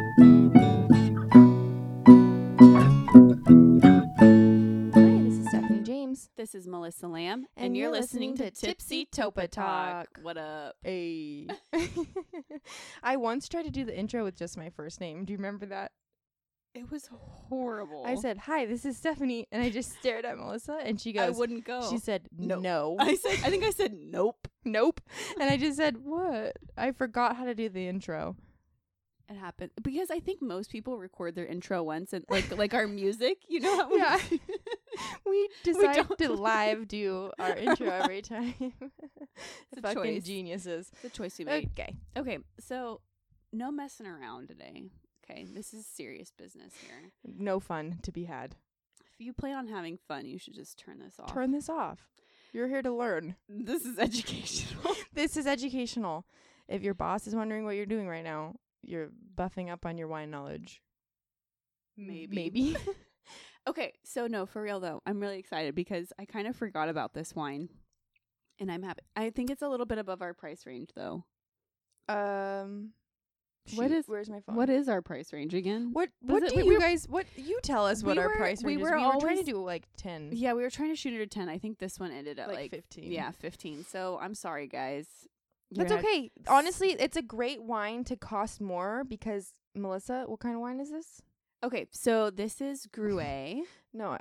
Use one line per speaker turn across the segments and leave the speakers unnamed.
Oh,
the Lamb,
And you're listening to Tipsy Topa Talk.
What up?
Hey. I once tried to do the intro with just my first name. Do you remember that?
It was horrible.
I said, Hi, this is Stephanie. And I just stared at Melissa and she
I
goes,
wouldn't go.
She said,
Nope.
No.
I said, I think I said nope.
nope. And I just said, What? I forgot how to do the intro.
It happened because I think most people record their intro once and like like our music. You know, how we-
Yeah. We decide
don't-
to live do our intro every time.
a
Fucking
choice.
geniuses.
the choice you made.
Okay.
Okay, so no messing around today. Okay, this is serious business here.
No fun to be had.
If you plan on having fun, you should just turn this off.
Turn this off. You're here to learn.
this is educational.
This is educational. If your boss is wondering what you're doing right now, you're buffing up on your wine knowledge.
Maybe.
Maybe.
Okay, so no, for real though, I'm really excited because I kind of forgot about this wine, and I'm happy. I think it's a little bit above our price range though.
um
What
shoot,
is-
where's my phone?
What is our price range again?
what
was
what
it-
do
we
you
were-
guys what you tell us what
We
our
were-
price
we
range is. we
were
were trying to
always-
do like 10.
Yeah, we were trying to shoot it at ten. I think this one ended at
Like
like,
15.
Yeah, fifteen. So I'm sorry, guys. You're
That's
not-
okay. Honestly, it's a great wine to cost more because Melissa, what kind of wine is this?
Okay, so this is Gruet.
No, I,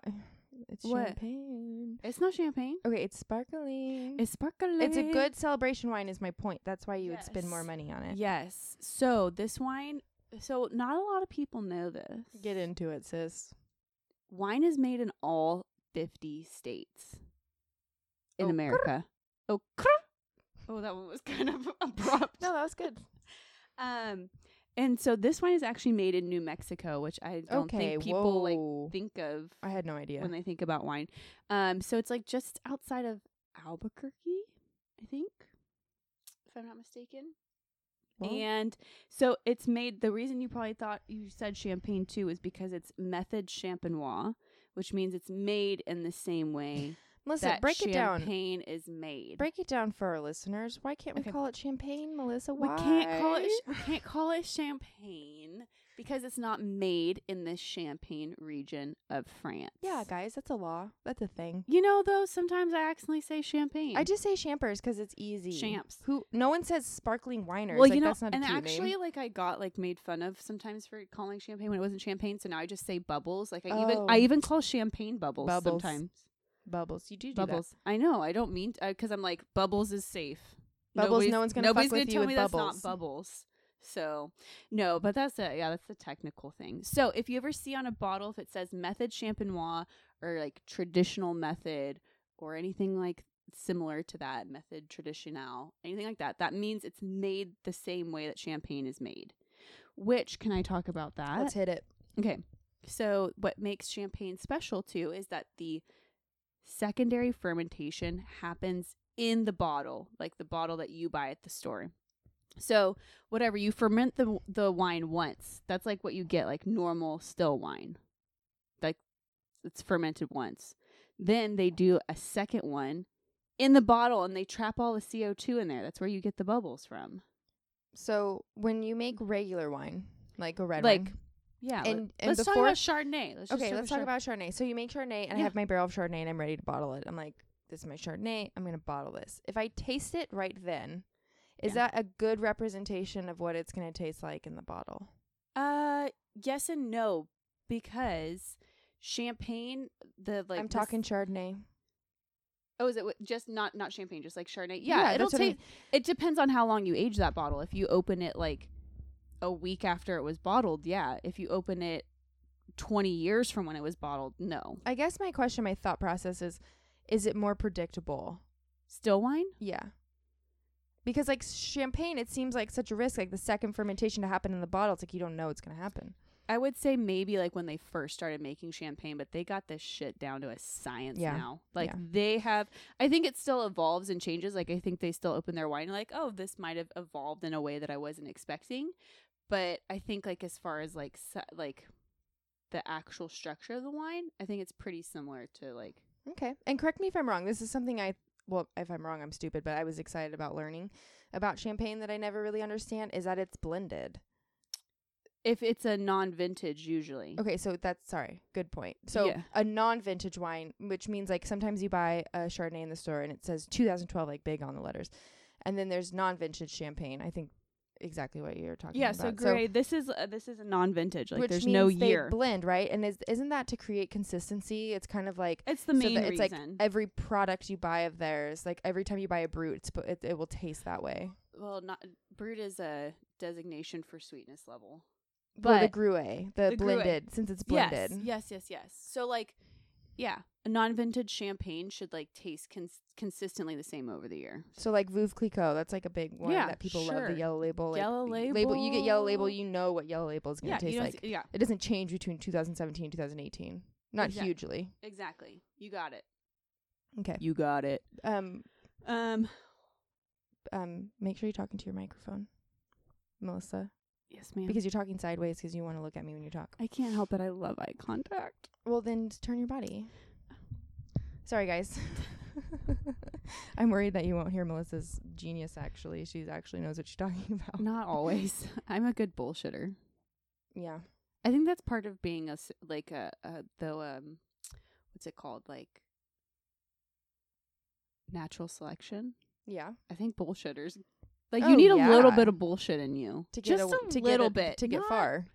it's
What?
champagne.
it's not champagne.
Okay, it's sparkling.
It's sparkling.
It's a good celebration wine, is my point. That's why you would spend more
Yes.
money on it.
Yes. So this wine. So not a lot of people know this.
Get into it, sis.
Wine is made in all 50 states in
Oh, crrr.
America. Oh, crrr. oh, that one was kind of abrupt.
No, that was good.
Um, and so this wine is actually made in New Mexico, which I don't
okay,
think people like
whoa.
think of
I had no idea.
when they think about wine. Um, so it's like just outside of Albuquerque, I think, if I'm not mistaken.
Well,
And so it's made the reason you probably thought you said champagne too is because it's method champenois, which means it's made in the same way
Melissa,
that
break it down.
champagne is made.
Break it down for our listeners. Why can't we
Okay.
call it champagne, Melissa?
we
Why?
can't call it sh- we can't call it champagne because it's not made in the champagne region of France.
yeah, guys, that's a law. That's a thing.
You know though, sometimes I accidentally say champagne.
I just say champers because it's easy.
Champs.
Who? No one says sparkling winers.
well,
like,
you know,
that's not a
and
cute
actually,
name.
like I got like made fun of sometimes for calling champagne when it wasn't champagne. So now I just say bubbles. Like I even I
Oh.
even call champagne bubbles,
Bubbles.
sometimes.
bubbles. You do, do
Bubbles. I know. I don't mean because I'm like bubbles is safe.
Bubbles, no one's gonna fuck
nobody's
with
gonna
you
tell
with
me
bubbles.
that's not bubbles. So no, but that's a yeah, that's the technical thing. So if you ever see on a bottle if it says method champenois or like traditional method or anything like similar to that method traditional anything like that that means it's made the same way that champagne is made which can i talk about
that.
that
Let's hit it.
Okay. So what makes champagne special too is that the secondary fermentation happens in the bottle, like the bottle that you buy at the store. So whatever you ferment the the wine once, that's like what you get like normal still wine. Like it's fermented once. Then they do a second one in the bottle and they trap all the CO2 in there. That's where you get the bubbles from.
So when you make regular wine, like a red
like
wine,
yeah.
and
let-
and
let's
before
talk about Chardonnay. Let's just
okay, let's
Chardonnay.
talk about Chardonnay. So you make Chardonnay, and I
Yeah.
have my barrel of Chardonnay, and I'm ready to bottle it. I'm like, this is my Chardonnay. I'm gonna bottle this. If I taste it right then, is
Yeah.
that a good representation of what it's gonna taste like in the bottle?
Uh, yes and no because champagne the like
I'm
the
talking
s-
Chardonnay.
oh, is it wi- just not not champagne, just like Chardonnay? Yeah,
Yeah,
it'll
that's what I mean.
take. It depends on how long you age that bottle. If you open it like a week after it was bottled, yeah. If you open it twenty years from when it was bottled, no.
I guess my question, my thought process is, is it more predictable?
Still wine?
Yeah. Because like champagne, it seems like such a risk. Like the second fermentation to happen in the bottle, it's like you don't know it's gonna happen.
I would say maybe like when they first started making champagne, but they got this shit down to a science
Yeah.
now. Like
Yeah.
they have, I think it still evolves and changes. Like I think they still open their wine like, oh, this might have evolved in a way that I wasn't expecting. But I think like as far as like se- like the actual structure of the wine, I think it's pretty similar to like
Okay. And correct me if I'm wrong. This is something I well, if I'm wrong, I'm stupid, but I was excited about learning about champagne that I never really understand is that it's blended.
if it's a non-vintage usually.
Okay, so that's sorry. Good point. So
Yeah.
a non-vintage wine, which means like sometimes you buy a Chardonnay in the store and it says 2012 like big on the letters, and then there's non-vintage champagne. I think exactly what you're talking
Yeah, so
about.
gray. this is uh, this is a non-vintage. Like
which
there's
means
no
they
year.
blend right, and is isn't that to create consistency? It's kind of like
it's the
so
main
that it's, like,
reason.
every product you buy of theirs, like every time you buy a brut, it's, it, it will taste that way.
well, not brut is a designation for sweetness level.
Well, the
But-
gruet, the,
The Gruet.
blended, since it's blended.
Yes, yes, yes, yes. So like, yeah, a non-vintage champagne should like taste cons- consistently the same over the year.
So like Veuve Clicquot, that's like a big one
Yeah,
that people love.
sure.
The yellow label, like
Yellow
y- You get yellow label,
label.
you know what yellow label is gonna
yeah,
taste
you know,
like.
it's- yeah,
It doesn't change between 2017 and 2018. Not
Exact-
hugely.
exactly. You got it.
Okay.
You got it.
Um.
Um.
Um. Make sure you're talking to your microphone, Melissa,
Yes, ma'am.
because you're talking sideways because you want to look at me when you talk.
I can't help it. I love eye contact.
Well, then just turn your body. Sorry, guys. I'm worried that you won't hear Melissa's genius. Actually, she actually knows what she's talking about.
Not always. Oh. I'm a good bullshitter.
Yeah.
I think that's part of being a s like a, a though um what's it called like natural selection.
Yeah.
I think bullshitters like
Oh,
you need a little
yeah.
bit of bullshit in you
To get
just
a,
a
to
little
get a-
bit
to get
Not-
far.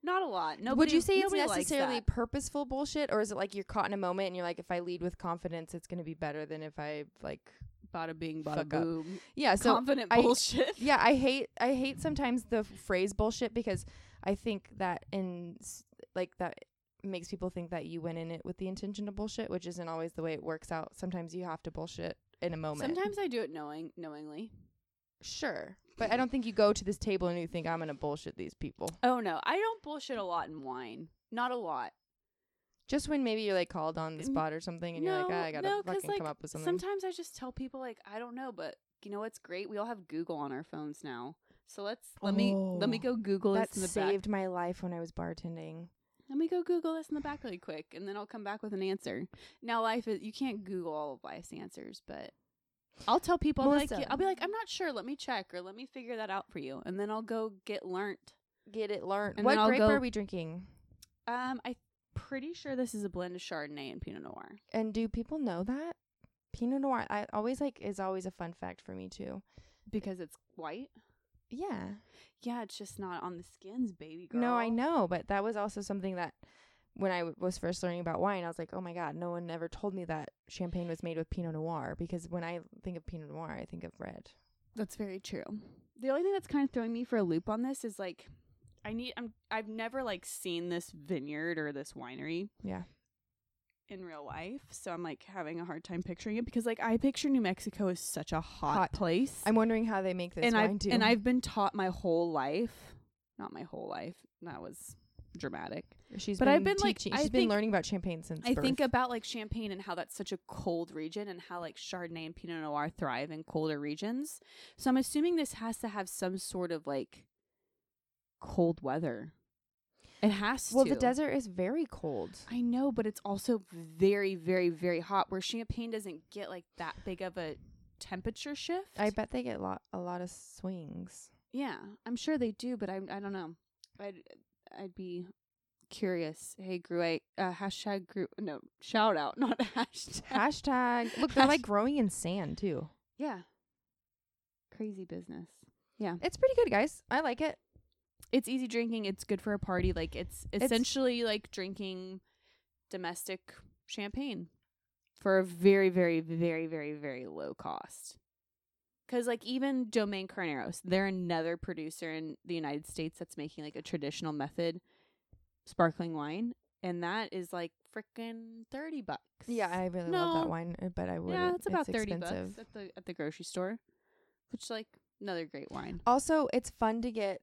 Not a lot. Nobody,
Would you say it's
nobody likes
necessarily
that.
purposeful bullshit, or is it like you're caught in a moment and you're like, if I lead with confidence, it's going to be better than if I like,
bada bing
Fuck
bada
up.
boom?
yeah. So
Confident
I-
bullshit.
yeah, I hate I hate sometimes the phrase bullshit because I think that in s- like that makes people think that you went in it with the intention to bullshit, which isn't always the way it works out. Sometimes you have to bullshit in a moment.
Sometimes I do it knowing knowingly.
sure, but I don't think you go to this table and you think I'm going to bullshit these people.
Oh no, I don't bullshit a lot in wine. Not a lot.
Just when maybe you're like called on the
Mm,
spot or something, and you're like, ah, I gotta
'cause,
fucking
like,
come up with something.
Sometimes I just tell people like I don't know, but you know what's great? We all have Google on our phones now. So let's let me let me
Oh,
go Google this
that
in the
saved
back.
my life when I was bartending.
Let me go Google this in the back really quick, and then I'll come back with an answer. Now life is you can't Google all of life's answers, but I'll tell people I'll be like
Melissa.
"Yeah," I'll be like I'm not sure. Let me check or let me figure that out for you, and then I'll go get learnt.
Get it learned.
And
what
then I'll
grape
go-
are we drinking?
Um, I pretty sure this is a blend of Chardonnay and Pinot Noir.
And do people know that? Pinot Noir, I always like is always a fun fact for me too.
Because it's white.
Yeah.
Yeah, it's just not on the skins, baby girl.
No, I know, but that was also something that when I w- was first learning about wine, I was like, "Oh my god, no one ever told me that champagne was made with Pinot Noir." Because when I think of Pinot Noir, I think of red.
That's very true. The only thing that's kind of throwing me for a loop on this is like I need I'm I've never like seen this vineyard or this winery.
Yeah.
In real life. So I'm like having a hard time picturing it because like I picture New Mexico as such a hot,
Hot.
place.
I'm wondering how they make this
and
wine
I've
too.
and I've been taught my whole life. Not my whole life. That was dramatic.
she's
but
been
I've been, like,
teaching.
I
She's been
think-
learning about champagne since
I think
birth.
about like Champagne and how that's such a cold region and how like Chardonnay and Pinot Noir thrive in colder regions. So I'm assuming this has to have some sort of like cold weather. It has
well,
to.
the desert is very cold.
I know, but it's also very, very, very hot where Champagne doesn't get like that big of a temperature shift.
I bet they get lot, a lot of swings.
yeah, I'm sure they do, but I, I don't know. I'd, I'd be curious. Hey, Gruet, uh, hashtag Gru, no, shout out, not hashtag.
Hashtag. Look, they're like
Hash-
growing in sand too.
Yeah. Crazy business.
It's pretty good, guys. I like it.
It's easy drinking. It's good for a party. Like it's essentially like drinking domestic champagne for a very, very, very, very, very low cost. Cause like even Domaine Carneros, they're another producer in the United States that's making like a traditional method sparkling wine, and that is like frickin' thirty bucks.
Yeah, I really love that
No.
wine, uh, but I would.
yeah, it's about thirty
expensive.
bucks at the at the grocery store, which like another great wine.
Also, it's fun to get,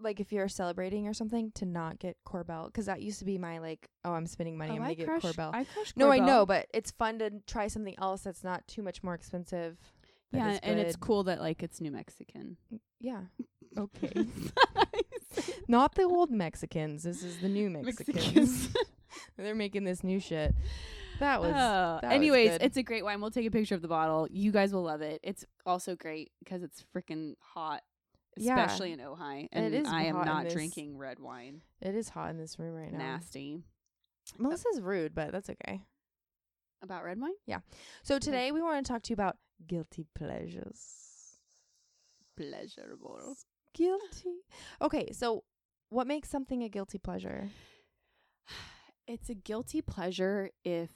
like, if you're celebrating or something, to not get Corbel because that used to be my like, oh, I'm spending money, I'm gonna get Corbel.
I crush
no, I
Corbel.
know, but it's fun to try something else that's not too much more expensive. that
yeah,
is
and it's
good. Mm,
cool that like it's New Mexican.
Yeah. Okay. Not the old Mexicans. This is the new Mexicans. They're making this new shit. That was.
Oh,
that was
anyways,
good.
it's a great wine. We'll take a picture of the bottle. You guys will love it. It's also great because it's freaking hot.
Yeah.
especially in Ojai.
And
And
it is
I am
hot in
not
this-
drinking red wine.
It is hot in this room right now.
Nasty.
Melissa's rude, but that's okay.
About red wine?
So today we want to talk to you about guilty pleasures.
Pleasurable.
Guilty. Okay, so what makes something a guilty pleasure?
It's a guilty pleasure if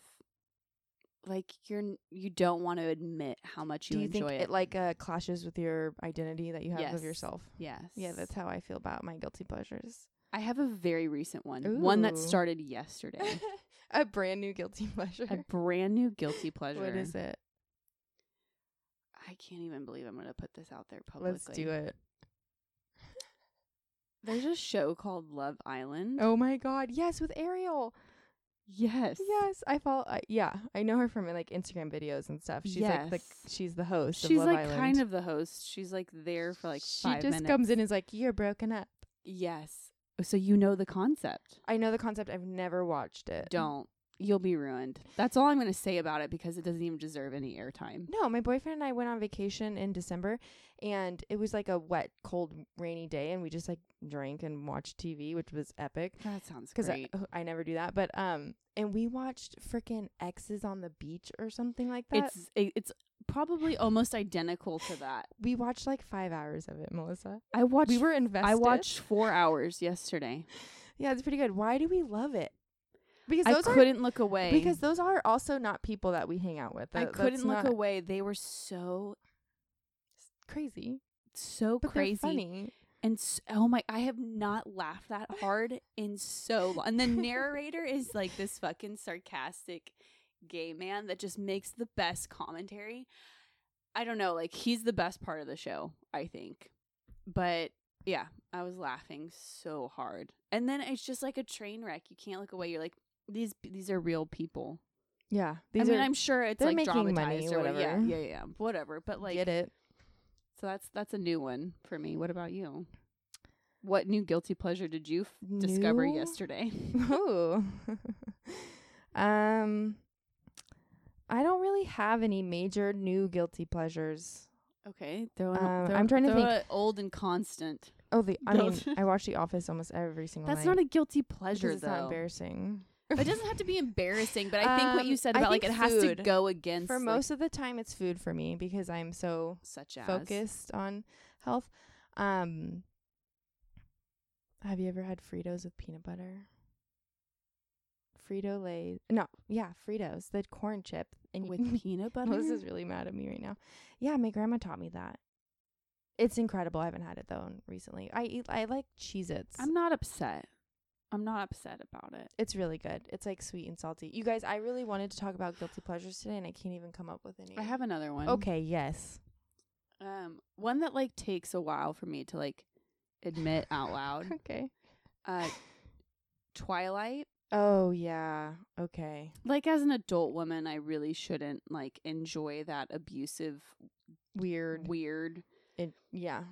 like you're n- you don't want to admit how much you,
Do you
enjoy
think
it.
it like uh, clashes with your identity that you have
Yes.
of yourself?
yes.
Yeah, that's how I feel about my guilty pleasures.
I have a very recent one. One that
Ooh.
started yesterday.
a brand new guilty pleasure.
a brand new guilty pleasure.
What is it?
I can't even believe I'm going to put this out there publicly.
Let's do it.
There's a show called Love Island.
Oh my god, yes, with Ariel.
yes.
Yes, I follow. I yeah, I know her from like Instagram videos and stuff. She's like the,
Yes.
she's the host.
She's
of Love
like
Island.
kind of the host. She's like there for like
she
five
just
minutes.
comes in and is like, "You're broken up."
Yes. So you know the concept.
I know the concept. I've never watched it.
Don't. You'll be ruined. That's all I'm going to say about it because it doesn't even deserve any airtime.
No, my boyfriend and I went on vacation in December, and it was like a wet, cold, rainy day, and we just like drank and watched TV, which was epic.
That sounds
Because
great.
I, oh, I never do that, but um, and we watched frickin' X's on the beach or something like that.
it's it- it's probably almost identical to that.
we watched like five hours of it, Melissa.
I watched.
We were invested.
I watched four hours yesterday.
Yeah, it's pretty good. Why do we love it? Because
I
those are
couldn't look away
because those are also not people that we hang out with.
I
That-
couldn't
that's
look
not
away. They were so
Crazy,
so
but
crazy.
they're funny.
And so, oh my, I have not laughed that hard in so long. And the narrator is like this fucking sarcastic gay man that just makes the best commentary. I don't know, like he's the best part of the show, I think. But yeah, I was laughing so hard. And then it's just like a train wreck. You can't look away. You're like these these are real people.
Yeah, these
I mean,
are.
I'm sure it's
they're
like
making money,
dramatized or what- Yeah,
whatever.
yeah, yeah, whatever. But like
get it.
so that's that's a new one for me. What about you? What new guilty pleasure did you f- discover
New?
yesterday?
Ooh. um, I don't really have any major new guilty pleasures.
Okay, throw an,
Um,
throw,
I'm trying to
throw
think.
a old and constant.
Oh, the I mean,
Guilt.
I watch The Office almost every single
That's
night.
not a guilty
because
pleasure
it's not
though.
embarrassing.
But it doesn't have to be embarrassing. But I think what you
Um,
said
I
about like it
think
has to
food.
go against
For
like,
most of the time, it's food for me because I'm so
such as
focused on health. Um, have you ever had Fritos with peanut butter? Frito Lay. No, yeah, Fritos, the corn chip, and you-
with peanut butter.
Melissa's really mad at me right now. Yeah, my grandma taught me that. It's incredible. I haven't had it though recently. I eat. I like Cheez-Its.
I'm not upset. I'm not upset about it.
it's really good. It's like sweet and salty. You guys, I really wanted to talk about guilty pleasures today, and I can't even come up with any.
I have another one.
Okay. Yes.
Um, one that like takes a while for me to like admit out loud.
Okay.
Uh, Twilight.
Oh yeah. Okay.
like as an adult woman i really shouldn't like enjoy that abusive
Weird.
weird
It, yeah.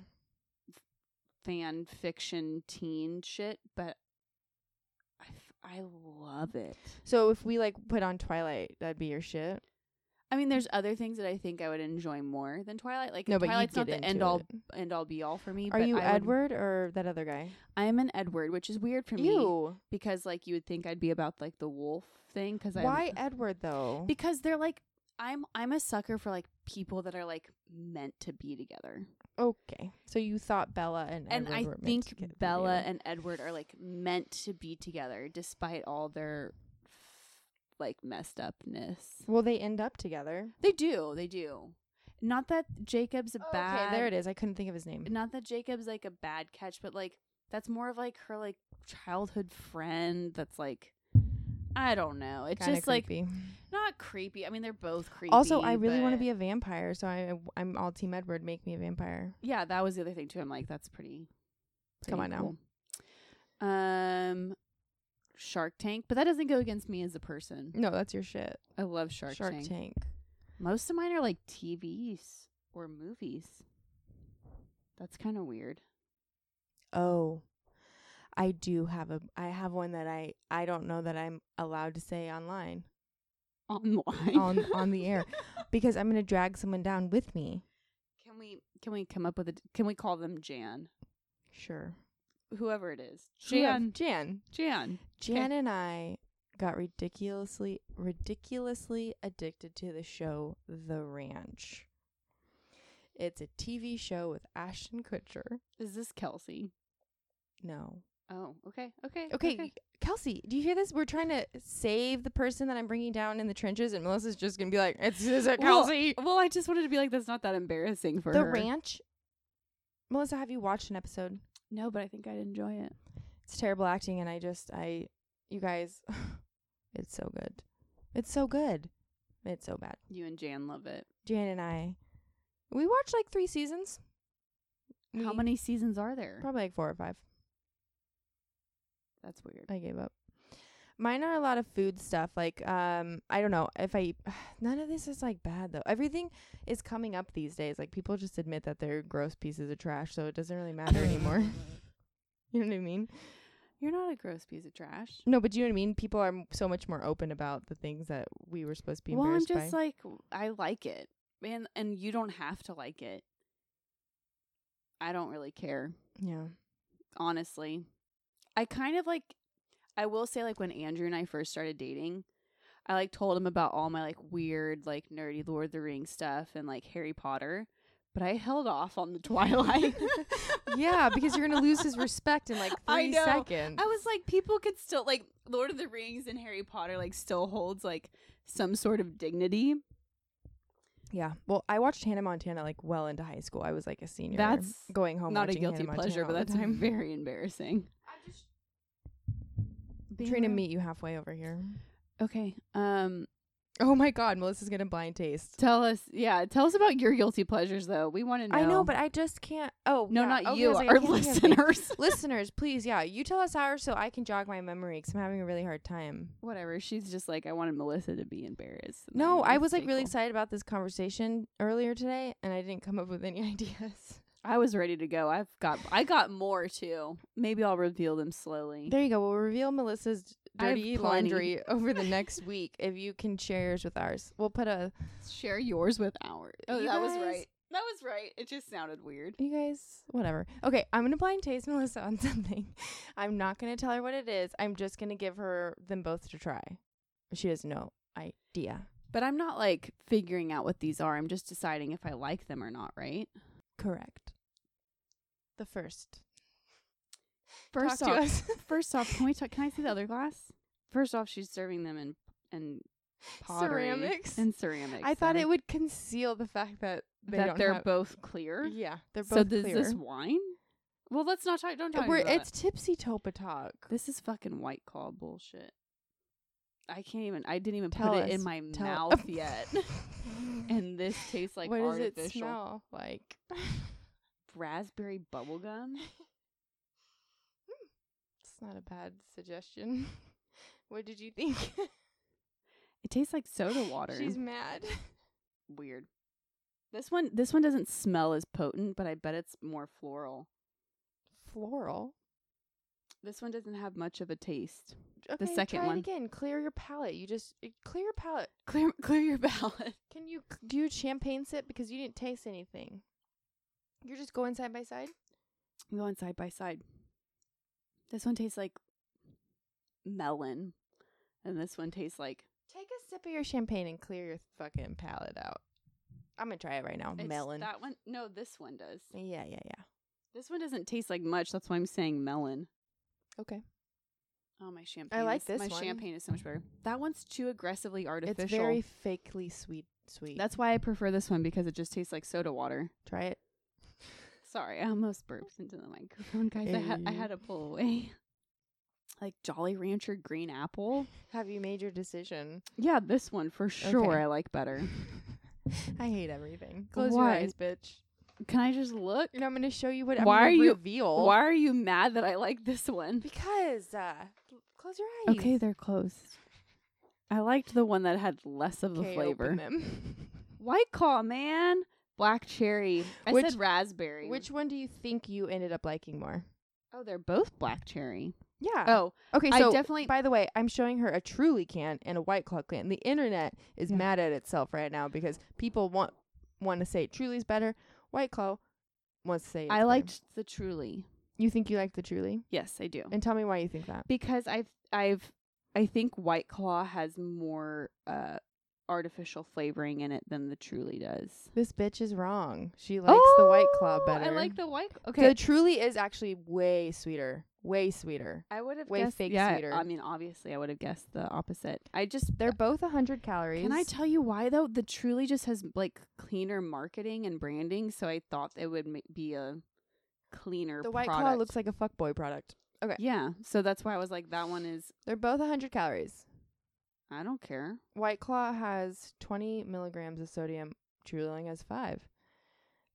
fan fiction teen shit but i, f- I love it
So if we like put on Twilight, that'd be your shit.
i mean there's other things that i think i would enjoy more than twilight like
No, but
twilight's
you
not
get into
the end all
it.
end all be all for me
Are
but
you
I would-
Edward or that other guy?
i am an edward which is weird for me
You.
because like you would think i'd be about like the wolf thing because i
Why Edward though?
because they're like i'm i'm a sucker for like people that are like meant to be together
okay. So you thought Bella and
and
Edward
I
were meant to
think
get
Bella
together.
and Edward are like meant to be together despite all their like messed upness.
well, they end up together.
They do, they do. Not that Jacob's a bad
Okay, there it is. I couldn't think of his name.
Not that Jacob's like a bad catch, but like that's more of like her like childhood friend that's like I don't know. It's
Kinda
just like
creepy.
not creepy. I mean, they're both creepy.
also, I really want to
but-
be a vampire, so I I'm all Team Edward. Make me a vampire.
yeah, that was the other thing too. I'm like, that's pretty.
Come
pretty
on now.
cool. Um, Shark Tank, but that doesn't go against me as a person.
No, that's your shit.
I love Shark,
Mm. Shark
Tank.
Tank.
Most of mine are like TVs or movies. That's kind of weird.
Oh. I do have a I have one that I I don't know that I'm allowed to say online.
Online,
On- on the air. because I'm going to drag someone down with me.
Can we we can we come up with a can we call them Jan?
Sure.
Whoever it is.
Jan.
Jan.
Jan.
Jan.
Jan and I got ridiculously, ridiculously addicted to the show The Ranch. It's a TV show with Ashton Kutcher.
Is this Kelsey?
No.
Oh, okay. Okay.
Okay, Kelsey, do you hear this? We're trying to save the person that I'm bringing down in the trenches, and Melissa's just going to be like, it's, is it
Well,
Kelsey?
Well, I just wanted to be like that's not that embarrassing for
the
her.
Ranch? Melissa, have you watched an episode?
No, but I think I'd enjoy it.
It's terrible acting, and I just, I, you guys, it's so good. It's so good. It's so bad.
You and Jan love it.
Jan and I, we watched like three seasons.
How
We-
many seasons are there?
Probably like four or five.
That's weird.
I gave up. Mine are a lot of food stuff. Like, um, I don't know if I. None of this is like bad though. Everything is coming up these days. Like people just admit that they're gross pieces of trash, so it doesn't really matter anymore. you know what I mean?
You're not a gross piece of trash.
No, but you know what I mean. People are m- so much more open about the things that we were supposed to be
Well, I'm
embarrassed
just
by.
like I like it. And and you don't have to like it. I don't really care.
yeah.
honestly. I kind of like I will say like when Andrew and I first started dating, I like told him about all my like weird, like nerdy Lord of the Rings stuff and like Harry Potter, but I held off on the Twilight.
yeah, because you're gonna lose his respect in like
I
three
know.
seconds.
I was like people could still like Lord of the Rings and Harry Potter like still holds like some sort of dignity.
yeah. Well, I watched Hannah Montana like well into high school. I was like a senior.
That's
going home.
Not a
watching Hannah
guilty
Montana
pleasure,
all
but
the
that's
time.
very embarrassing. I just
trying to meet you halfway over here.
Okay. Um
Oh my God, Melissa's gonna blind taste.
Tell us, yeah. Tell us about your guilty pleasures, though. We want to know.
I know, but I just can't. Oh
no,
yeah.
not
Okay, I
you.
was like, I
our
can't think of things.
listeners.
listeners, please, yeah, you tell us ours so I can jog my memory 'cause I'm having a really hard time.
Whatever. She's just like, I wanted Melissa to be embarrassed. and
No,
then
I was like
stay
really
cool.
excited about this conversation earlier today, and I didn't come up with any ideas.
I was ready to go. I've got, I got more too. Maybe I'll reveal them slowly.
There you go. We'll reveal Melissa's
I have
dirty
plenty.
laundry over the next week if you can share yours with ours. We'll put a.
Share yours with ours. Oh,
You
that was
guys-
right. That was right. It just sounded weird.
You guys, whatever. Okay, I'm gonna blind taste Melissa on something. I'm not gonna tell her what it is. I'm just gonna give her them both to try. She has no idea.
But I'm not like figuring out what these are. I'm just deciding if I like them or not. Right.
Correct. The first.
First
Talk to
off,
us.
first off, can we talk? Can I see the other glass? First off, she's serving them in and pottery
Ceramics.
and ceramics.
I thought
and-
it would conceal the fact that they
that
don't
they're
have-
both clear.
Yeah, they're both
so this
clear.
this wine? Well, let's not talk. Don't talk
We're,
about
it's tipsy topa talk.
it. This is fucking white claw bullshit. I can't even. I didn't even
Tell
put it in
us.
my
Tell-
mouth yet. and this tastes like
what does
artificial
it smell like?
raspberry bubblegum.
It's not a bad suggestion. what did you think?
It tastes like soda water.
She's mad.
Weird. This one. This one doesn't smell as potent, but I bet it's more floral.
Floral.
This one doesn't have much of a taste.
Okay,
second
try
one.
It again, clear your palate. You just uh, clear your palate.
Clear, clear your palate.
Can you c- do a champagne sip because you didn't taste anything? You're just going side by side.
I'm going side by side. This one tastes like melon, and this one tastes like
Take a sip of your champagne and clear your fucking palate out. I'm gonna try it right now.
It's
melon.
That one, no, this one does.
yeah, yeah, yeah.
This one doesn't taste like much. That's why I'm saying melon.
Okay.
Oh, my champagne.
like
is-
this
My
one.
champagne is so much better. That one's too aggressively artificial.
It's very fakely sweet. Sweet.
That's why I prefer this one because it just tastes like soda water.
try it.
Sorry, I almost burped into the microphone, guys. I had I
Hey.
had to pull away. Like Jolly Rancher green apple.
Have you made your decision?
Yeah, this one for sure
Okay.
I like better.
I hate everything. Close
Why?
your eyes, bitch.
Can I just look?
You know I'm gonna show you what.
Why
I'm
are
gonna
you-
reveal?
Why are you mad that I like this one?
Because. Uh, cl- close your eyes.
Okay, they're closed. I liked the one that had less of the
Okay, open
flavor.
them.
White Claw, man. Black cherry. I
Which-
said raspberry.
Which one do you think you ended up liking more?
Oh, they're both black cherry.
Yeah.
Oh,
okay.
I
So
definitely.
By the way, I'm showing her a Truly can and a White Claw can. The internet is
Yeah.
mad at itself right now because people want want to say Truly's better, White Claw wants to say. it's
I
better.
liked the truly.
You think you like the Truly,
Yes, I do.
and tell me why you think that.
because I've I've I think White Claw has more uh artificial flavoring in it than the Truly does.
This bitch is wrong. She likes the White Claw better.
Oh, I like the White. Okay,
The Truly is actually way sweeter. Way sweeter.
I would have
way
guessed.
fake
yeah,
sweeter.
I mean, obviously, I would have guessed the opposite. I just
They're both 100 calories.
Can I tell you why though? The Truly just has like cleaner marketing and branding, so I thought it would ma- be a cleaner.
the White Claw
product.
looks like a fuckboy product.
Yeah, so that's why I was like, that one is.
They're both 100 calories.
I don't care.
White Claw has 20 milligrams of sodium. Truly only has five.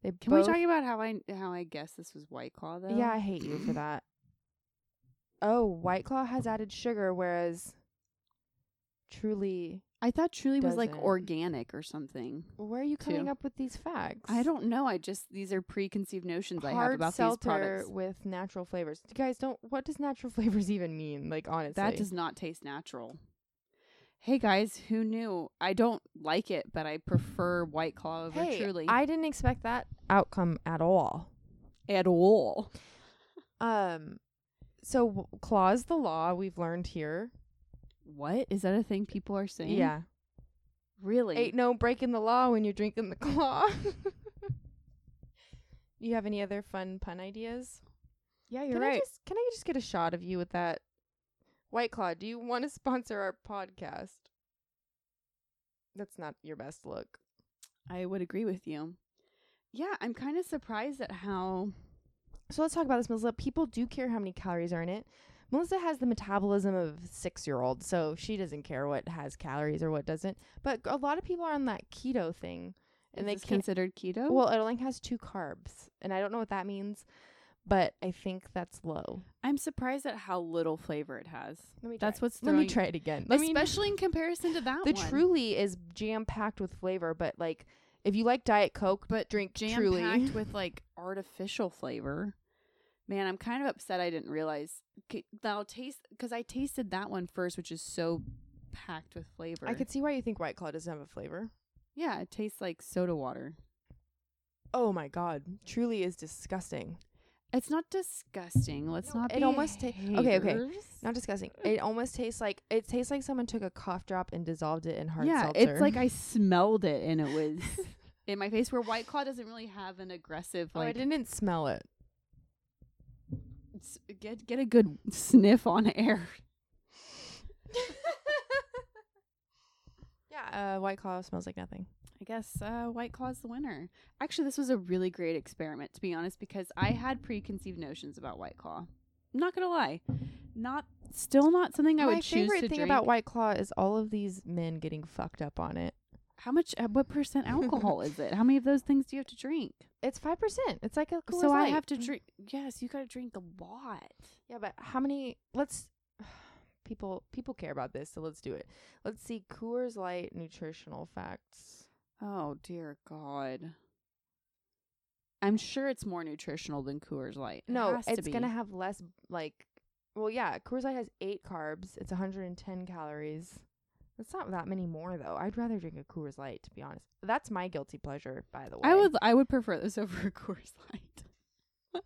They
Can
both,
we talk about how I how I guess this was White Claw though?
Yeah, I hate you for that. Oh, White Claw has added sugar, whereas Truly.
I thought Truly was like
Doesn't.
organic or something.
Where are you coming
Two.
up with these facts?
I don't know. I just these are preconceived notions I have
Hard
about these
seltzer
products.
with natural flavors. You guys, don't. What does natural flavors even mean? Like honestly,
That does not taste natural. Hey guys, who knew? I don't like it, but I prefer White Claw over
Hey,
Truly
I didn't expect that outcome at all.
at all.
Um, so w- clause the law we've learned here.
What is that a thing people are saying?
Yeah,
really.
ain't no breaking the law when you're drinking the claw. you have any other fun pun ideas?
yeah,
can I just, can I just get a shot of you with that white claw? Do you want to sponsor our podcast? That's not your best look.
I would agree with you. Yeah, I'm kind of surprised at how.
So let's talk about this, Melissa. People do care how many calories are in it. Melissa has the metabolism of six year old, so she doesn't care what has calories or what doesn't. But a lot of people are on that keto thing, and
And
they
is this
can't.
considered keto?
Well, it only has two carbs, and I don't know what that means, but I think that's low.
I'm surprised at how little flavor it has.
Let me.
That's
try.
what's
Let me
throwing-
try it again. Let me-
Especially in comparison to that
the
one.
Truly is jam packed with flavor, but like if you like Diet Coke, but drink
jam
Truly.
packed with like artificial flavor. Man, I'm kind of upset I didn't realize. C- Now taste because I tasted that one first, which is so packed with flavor.
I could see why you think White Claw doesn't have a flavor.
yeah, it tastes like soda water.
Oh my God, Truly is disgusting.
It's not disgusting. Let's
No,
not.
it
be
almost ta- okay, okay.
haters.
Not disgusting. It almost tastes like it tastes like someone took a cough drop and dissolved it in hard
yeah,
seltzer.
it's like I smelled it and it was in my face. Where White Claw doesn't really have an aggressive
oh, I
like.
didn't smell it.
s- get get a good sniff on air.
yeah, uh, White Claw smells like nothing.
I guess uh, White Claw's the winner. Actually, this was a really great experiment, to be honest, because I had preconceived notions about White Claw. I'm not gonna lie, not still not something I
My
would choose
favorite
to
thing
drink.
about White Claw is all of these men getting fucked up on it.
How much? Uh, what percent alcohol is it? How many of those things do you have to drink?
It's five percent. It's like a Coors
so I
Light.
have to drink.
Mm.
Yes, you gotta drink a lot.
Yeah, but how many? Let's people people care about this, so let's do it. Let's see Coors Light nutritional facts.
Oh dear God. I'm sure it's more nutritional than Coors Light. It
No,
has to
it's
be.
gonna have less like. Well, yeah, Coors Light has eight carbs. It's 110 calories. It's not that many more though. I'd rather drink a Coors Light to be honest. That's my guilty pleasure, by the way.
I would. I would prefer this over a Coors Light.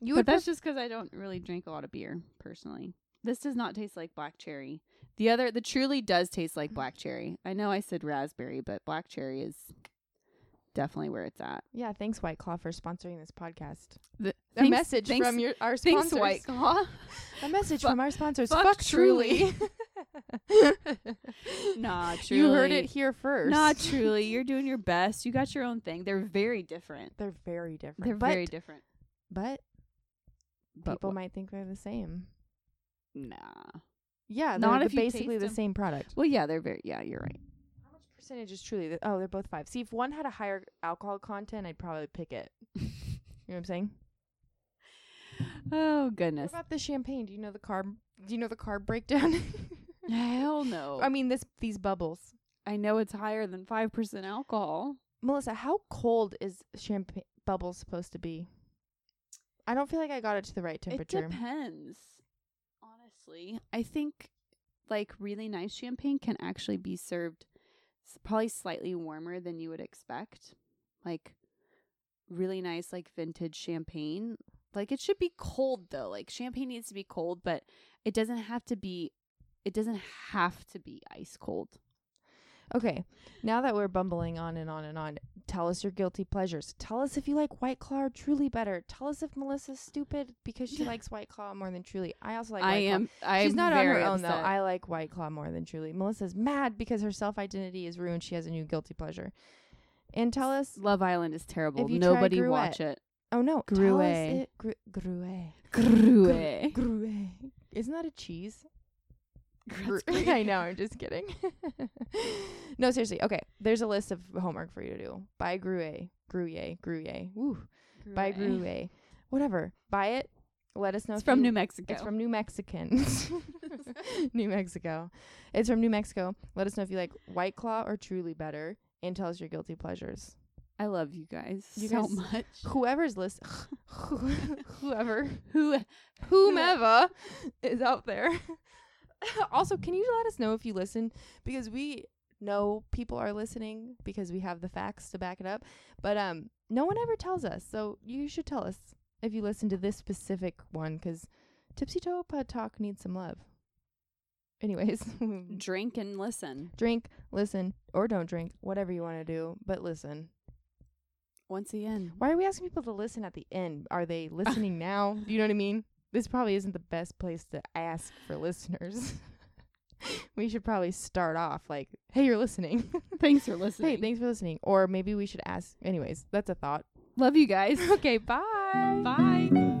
You
but
would
that's just 'cause I don't really drink a lot of beer personally. This does not taste like black cherry. The other, the truly does taste like black cherry. I know I said raspberry, but black cherry is definitely where it's at.
Yeah, thanks White Claw for sponsoring this podcast.
The,
a message from your our
thanks,
sponsors.
White Claw.
A message
Fu-
from our sponsors.
fuck
Truly.
nah, truly.
You heard it here first.
Nah, truly. You're doing your best. You got your own thing. They're very different.
They're very different.
They're
but,
very different.
But
But
people
wha-
might think they're the same.
nah.
Yeah,
Not
they're
if
the-
you
basically
taste
the
'em.
same product.
Well, yeah, they're very. Yeah, you're right.
How much percentage is truly? The, oh, they're both five. See, if one had a higher alcohol content, I'd probably pick it. You know what I'm saying?
Oh
What
goodness.
about the champagne? Do you know the carb? Do you know the carb breakdown?
Hell no.
I mean, this these bubbles.
I know it's higher than 5% alcohol.
Melissa, how cold is champagne bubbles supposed to be? I don't feel like I got it to the right temperature.
It depends. Honestly, I think like really nice champagne can actually be served s- probably slightly warmer than you would expect. Like really nice like vintage champagne. Like it should be cold though. Like champagne needs to be cold, but it doesn't have to be it doesn't have to be ice cold.
Okay. Now that we're bumbling on and on and on, tell us your guilty pleasures. Tell us if you like White Claw or Truly better. Tell us if Melissa's stupid because she likes White Claw more than Truly. I also like White
I
Claw.
am I
She's
am
not on her
very
own though.
upset.
I like White Claw more than Truly. Melissa's mad because her self identity is ruined. She has a new guilty pleasure. And tell us,
Love Island is terrible.
If you try
Nobody
Gruet-
watch it.
oh no, tell us
Gruet.
it, gru- gruet,
Gruet.
gruet. Isn't that a cheese? Gru-
That's great.
I know. I'm just kidding. no, seriously. Okay, there's a list of homework for you to do. Buy gruet, gruet, gruet. Woo. Buy gruet. Whatever. Buy it. Let us know.
It's
if
from
you-
New Mexico.
It's from New Mexicans. New Mexico. It's from New Mexico. Let us know if you like White Claw or Truly better, and tell us your guilty pleasures.
I love you guys
You
so
guys-
much.
Whoever's list, whoever,
Who
whomever is out there. also, can you let us know if you listen because we know people are listening because we have the facts to back it up. But um, no one ever tells us, so you should tell us if you listen to this specific one because Tipsy Topa Talk needs some love. Anyways,
drink and listen.
drink, listen, or don't drink, whatever you want to do, but listen.
Once again.
Why are we asking people to listen at the end? Are they listening now? Do you know what I mean? This probably isn't the best place to ask for listeners. we should probably start off like, hey, you're listening.
Thanks for
hey,
listening.
thanks for listening. Or maybe we should ask. Anyways, that's a thought.
love you guys.
Okay, bye.
Bye.